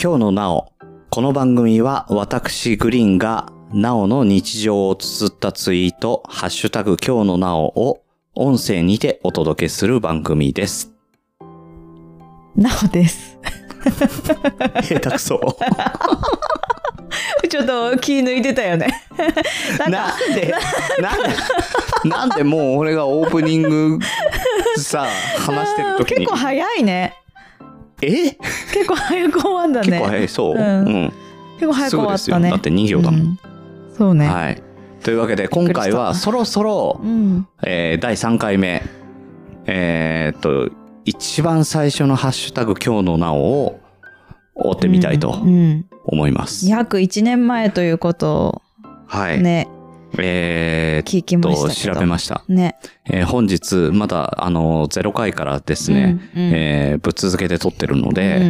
今日のなお。この番組は私グリーンがなおの日常を綴ったツイート、ハッシュタグ今日のなおを音声にてお届けする番組です。なおです。下手くそ。ちょっと気抜いてたよね。なんかなんで、なんで、なんでもう俺がオープニングさ、話してる時うんに結構。早いね。え結構早く終わったね。結構早い、そう。ううんん。結構早すく終ぐわでっすよ。たね。だって2行だもん。うんそうね。はい。というわけで、今回びっくはりしそろそろう、ん。えー第3回目、えーっと、一番最初のハッシュタグ今日のなおを追ってみたいとうんうん思います。約1年前ということはをい。ね、えーっ聞きまと、したけど。調べました。ね。えー本日、まだ、あの、0回からですね、うんうんえーぶっ続けて撮ってるので、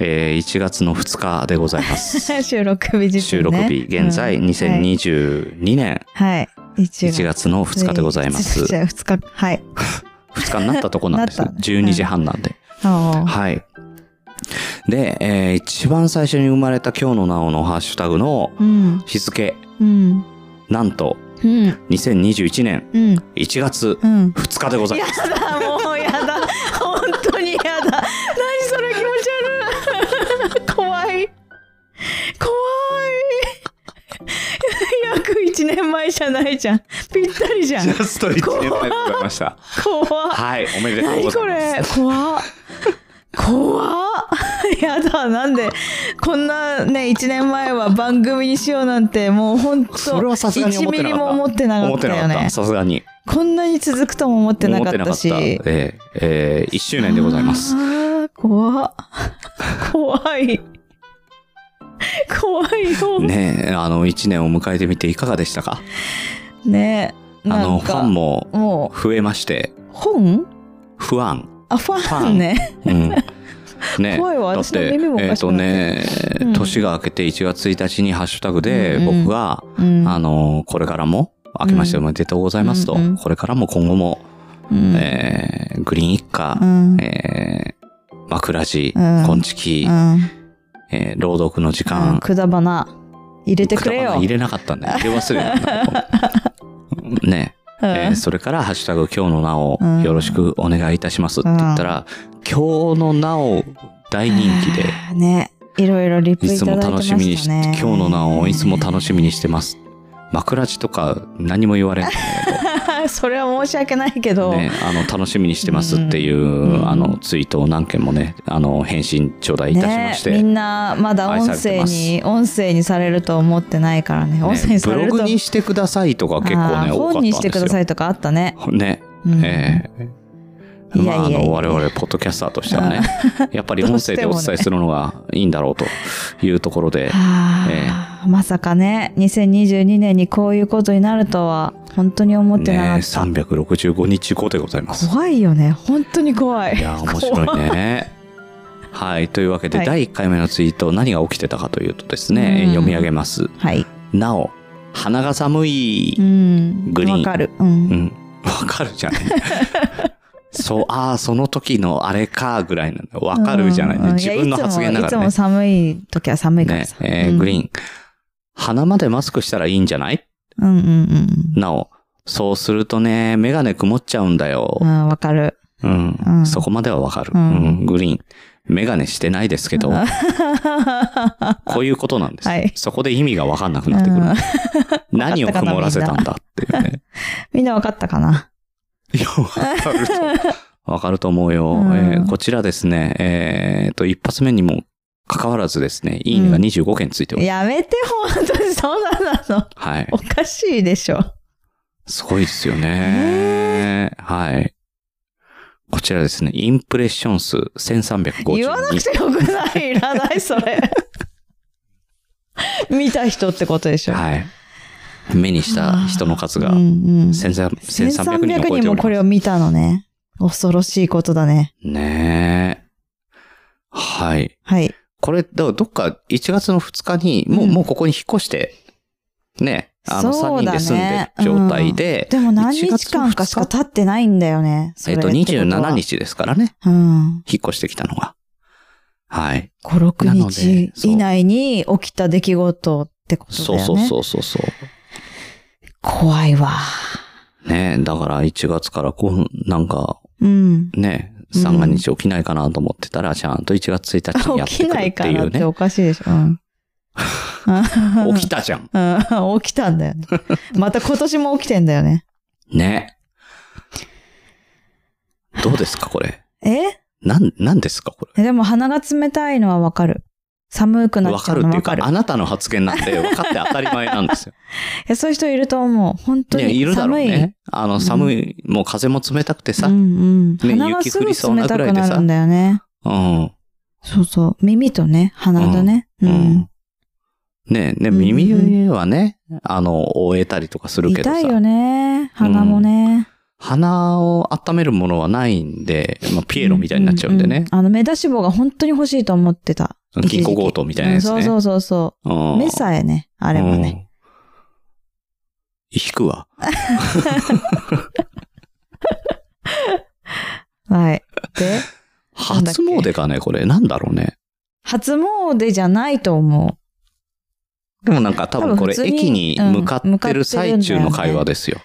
えー1月の2日でござい まうんす。 収録日時点収ね録日、現在うんはい2022年はい。 1 1月月の2日でございます。 じゃあ2日。はい。 2日になったとこなんです。 なった12時半なんで。ああはい。で、えー一番最初に生まれた今日のなおのハッシュタグのうん。日付、うん。なんとうん。 2021年うん。 1月うん。 2日でございやます。だもうやだ本当にやだ何それ気持ち悪い怖い怖い約1年前じゃないじゃんぴったり じゃんスト1年前でございました。 怖っはい、おめでとうご何こざいれます。怖っ怖っやだなんでこんなね1年前は番組にしようなんてもう本当それはさすがに思1ってミなリかった。も思ってなか思っってたなかよっねた。さすがに。こんなに続くとも思ってなかったし思ってなかったええええ1周年でございます。あー。怖っ 怖い。怖いよ。ねねえ、あの、1年を迎えてみていかがでしたかえあなの、んフかァンもも増えまして、う、本不安。あ、フファァンンね。うん。ね、 怖いわだっ私のて、えっ耳もおかしくとなってね、うん年が明けて1月1日にハッシュタグでうんうん僕が、うんあの、これからも、明けましておめでとうございますと、うんうんこれからも今後も、うんえーグリーン一う家、んえー枕地、うん昆虫、うんえー朗読の時うん間、くだばな。入れてくれ果よ。物入れなかったんだよ。入れ忘れたん だよね、うんえーそれから、ハッシュタグ、今日のなおうん、よろしくお願いいたしますって言ったら、今日のなお、大人気で、あーね。いろいろリプいいたつだいもてま楽ししたみにし、ね。今日のなおをいつも楽しみにしてます。枕地とか何も言われないん だ それは申し訳ないけけど、ど。ね、あの、楽しみにしてますっていう、んあの、ツイートを何件もね、あの、返信頂戴いたしまして、みんなまだ音声に音声にされると思ってないからね音声ねにさブれロるとグにしてくださいとか結構あね、ー多かった本んでにすよ。してくださいとかあったね、ね。うんええいまやいあ、あやいやの、我々、ポッドキャスターとしては ね、やっぱり音声でお伝えするのがいいんだろうというところで、はあまさかね2022年にこういうことになるとは本当に思ってなかね、った、 365日後でございます。怖いよね本当に怖いいやー、面白いね。はい。というわけで、はい第1回目のツイート、何が起きてたかというとですね、うん読み上げます。 はいなお、鼻が寒うい。んグリーンわかるうん、うん。わかるじ ゃない。そう、ああ、その時のあれか、ぐらいなんだ。わかるじゃない。うん自分の発言だかいやいつらもねい。つも寒い時は寒いからねさ、えーうんグリーン。鼻までマスクしたらいいんじゃないうんうんうんなお、そうするとね、メガネ曇っちゃうんだよう。んわかるうん。うんそこまではわかる、ううんんグリーン。メガネしてないですけど、 こういうことなんです、はいそこで意味がわかんなくなってくる。 何を曇らせたんだっていうね。 みんなわかったかないや、わかると。わかると思うよ。うんえーこちらですね、えーと、一発目にも関わらずですね、いいねが25件ついてます。やめて本当にそうなのはいお。かしいでしょ。すごいですよね。はい。こちらですね、インプレッション数1352。言わなくてよくない。いらない、そ れ。見た人ってことでしょ。はい。目にした人の数がうんうん、 1300 1300人を超えておもりこれまを見たのね。恐ろしいことだね。す。ねえ。はい。はい。これ、だからどっか1月の2日に、もう、うんもうここに引っ越して、ね、あのそ3うだ人ねで住んでる状態で、でも何日間1か月しの2か日経ってないんだよね。そえっれと、てことは27。日ですからね、うん。引っ越してきたのが。はい。 5、6なので日そう以内に起きた出来事ってことだそうよね。そうそうそうそう。怖いわ。ねえ、だから1月からこう、なんかうん。ね、うん三が日起きないかなと思ってたら、ちゃんと1月1日にやって起きくなるっいてかいらっうてね。おかしいでしょ。 うん、起きたじゃん。うん、 起きた んだよね。また今年も起きてんだよね。ね。どうですか、これ。えなん、なんですか、これ。えでも鼻が冷たいのはわかる。寒くなわっちゃかうるっのていわうかか、る。あなたの発言なんで分かって当たり前なんですよ。えそういう人いると思う。本当いや、に寒い。いるだろうね。あの、寒い、もう風も冷たくてさ、ううん。んうん。ね鼻がすぐ雪降りそうな冷たぐらくいでさなるんだよね。そうそう。耳とね、鼻とね。ううんん。ねえ、ね、うん耳はね、あの、覆えたりとかするけど痛さい、よね。鼻もね。鼻を温めるものはないんで、まあ、ピエロみたいになっちゃうんでうねう。うんあの、目出し帽が本当に欲しいと思ってた。金庫強盗みたいなやつね。うんそうそうそうそう。目さえね、ああればね。。うん引くわ。はい。で、なんだっ初け詣かね、これ。なんだろうね。初詣じゃないと思でもなんか多分これ多分普通に駅に向かってる最中の会話ですよ。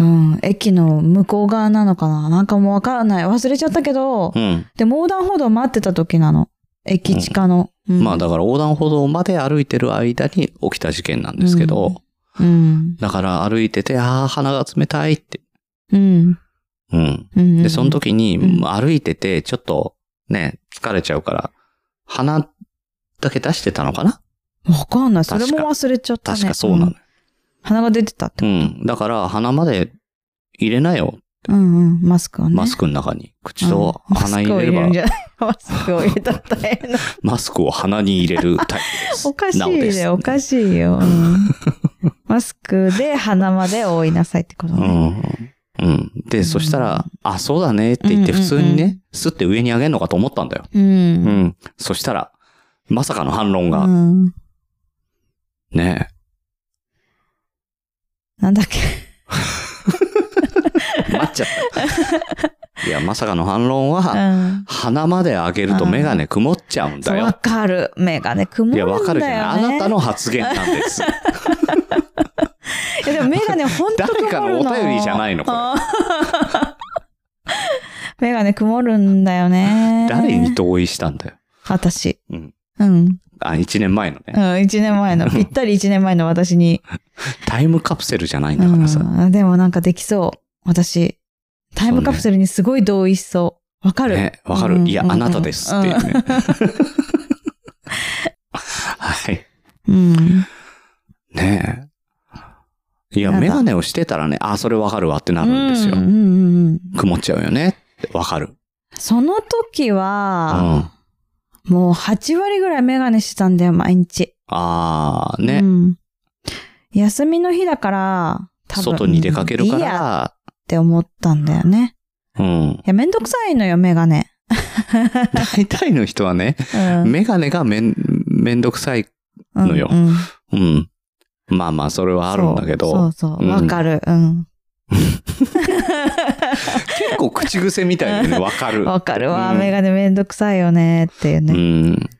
う。うん。駅の向こう側なのかななんかもうわからない。忘れちゃったけど、うん。でも横断歩道待ってた時なの。駅地下の。うんまあだから横断歩道まで歩いてる間に起きた事件なんですけど、うんうん。だから歩いてて、ああ、鼻が冷たいって。うん。うん。うん。で、その時にうん歩いてて、ちょっとね、疲れちゃうから、鼻だけ出してたのかなわかんない。そ確かれも忘れちゃったね。確かそうなのん。鼻が出てたってうこん。だから鼻まで入れなよ。と。うんうん。マスクをね。マスクの中に。口とうん鼻入れれば、マスクを入るんじゃないマスクを入れたら大 変だ。マスクを鼻に入れるタイプです。おかしなおいですね。おかしいよ。うんマスクで鼻まで覆いなさいってことうね。ん。うん。で、そしたら、あ、そうだねって言って、う普んうんうん通にね、スって上に上げるのかと思ったんだよ。う。うんん。そしたら、まさかの反論うが、ん。ね、なんだっけ。待っちゃ った。いや、まさかの反論は、うん鼻まで上げるとメガネ曇っちゃうんだそうわよ。かる。目がね、曇るんいだや、よね。わかるじゃない。あなたの発言なんです。いやでもメガネほんと曇るの誰かのお便りじゃないのこれ あーメガネ曇るんだよね。誰に同意したんだよ。私。うん。うん。あ、1年前のね。うん、一年前の、ぴったり一年前の私に。タイムカプセルじゃないんうだからさ。ん。でもなんかできそう。私。タイムカプセルにすごい同意しそう。わかる。。ね、わかる。いや、あなたですっていううんね。はい。うん。ねえ。いや、やだメガネをしてたらね、あ、それわかるわってなあるんですようん。うんうん。曇っちゃうよねってわかる。その時うん。は、あもう8割ぐらいメガネしてたんだよ、毎日。あー、うね。ん。休みの日だから、多分外に出かけるかいいやっら、て思ったんだよね。うん。いや、めんどくさいのよ、メガネ。大体の人はね、うん。メガネがめん、めんどくさい。のようんうんうん。まあまあ、それはあるんだけそどう、そううそんう。わかる。うん。結構口癖みたいでね、わかる。 わかるわ。うんメガネめんどくさいよね、っていううね。ん。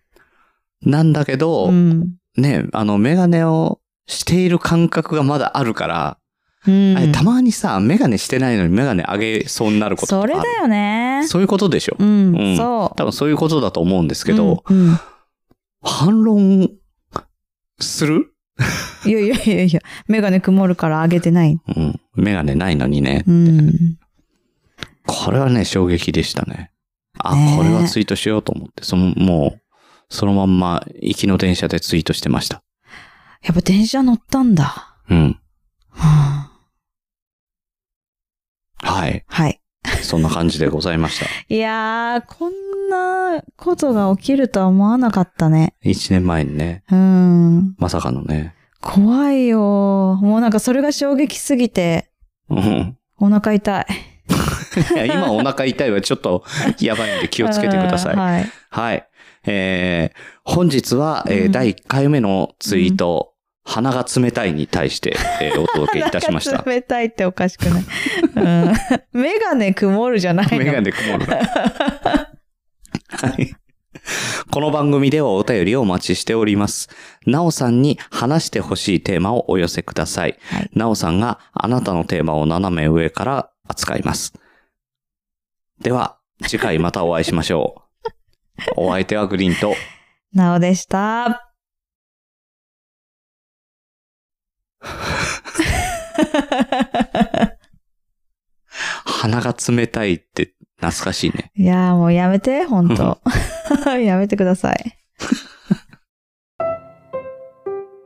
なんだけどう、ん。ね、あの、メガネをしている感覚がまだあるから、うんあれたまにさ、メガネしてないのにメガネ上げそうになることとかそあれるだよね。そういうことでしょ。ううんん、そう。多分そういうことだと思うんですけど、うん。うん反論する、いやいやいやいや、メガネ曇るから上げてない。うん、メガネないのにね。うん。これはね、衝撃でしたね。あ、ねえこれはツイートしようと思って、その、もう、そのまんま、行きの電車でツイートしてました。やっぱ電車乗ったんだ。うん。はあはい。はい。そんな感じでございま した。いやー、こんなことが起きるとは思わなかったね。 1年前にね、うん。まさかのね。怖いよー。もうなんかそれが衝撃すぎて、うん。お腹痛い。いや今お腹痛いはちょっとやばいんで気をつけてくださいうん。はい。はい。えー、本日は、えーうん第1回目のツイート、鼻が冷たいに対して、えーお届けいたしましなんたか。冷たいっておかしくない。うん。 メガネ曇るじゃないの。メガネ曇るな。はい。この番組ではお便りをお待ちしております。なおさんに話してほしいテーマをお寄せください。はいなおさんがあなたのテーマを斜め上から扱います。では、次回またお会いしましょう。お相手はグリーンと、なおでした。鼻が冷たいって懐かしいね。 いやーもうやめて、ほんと。やめてください。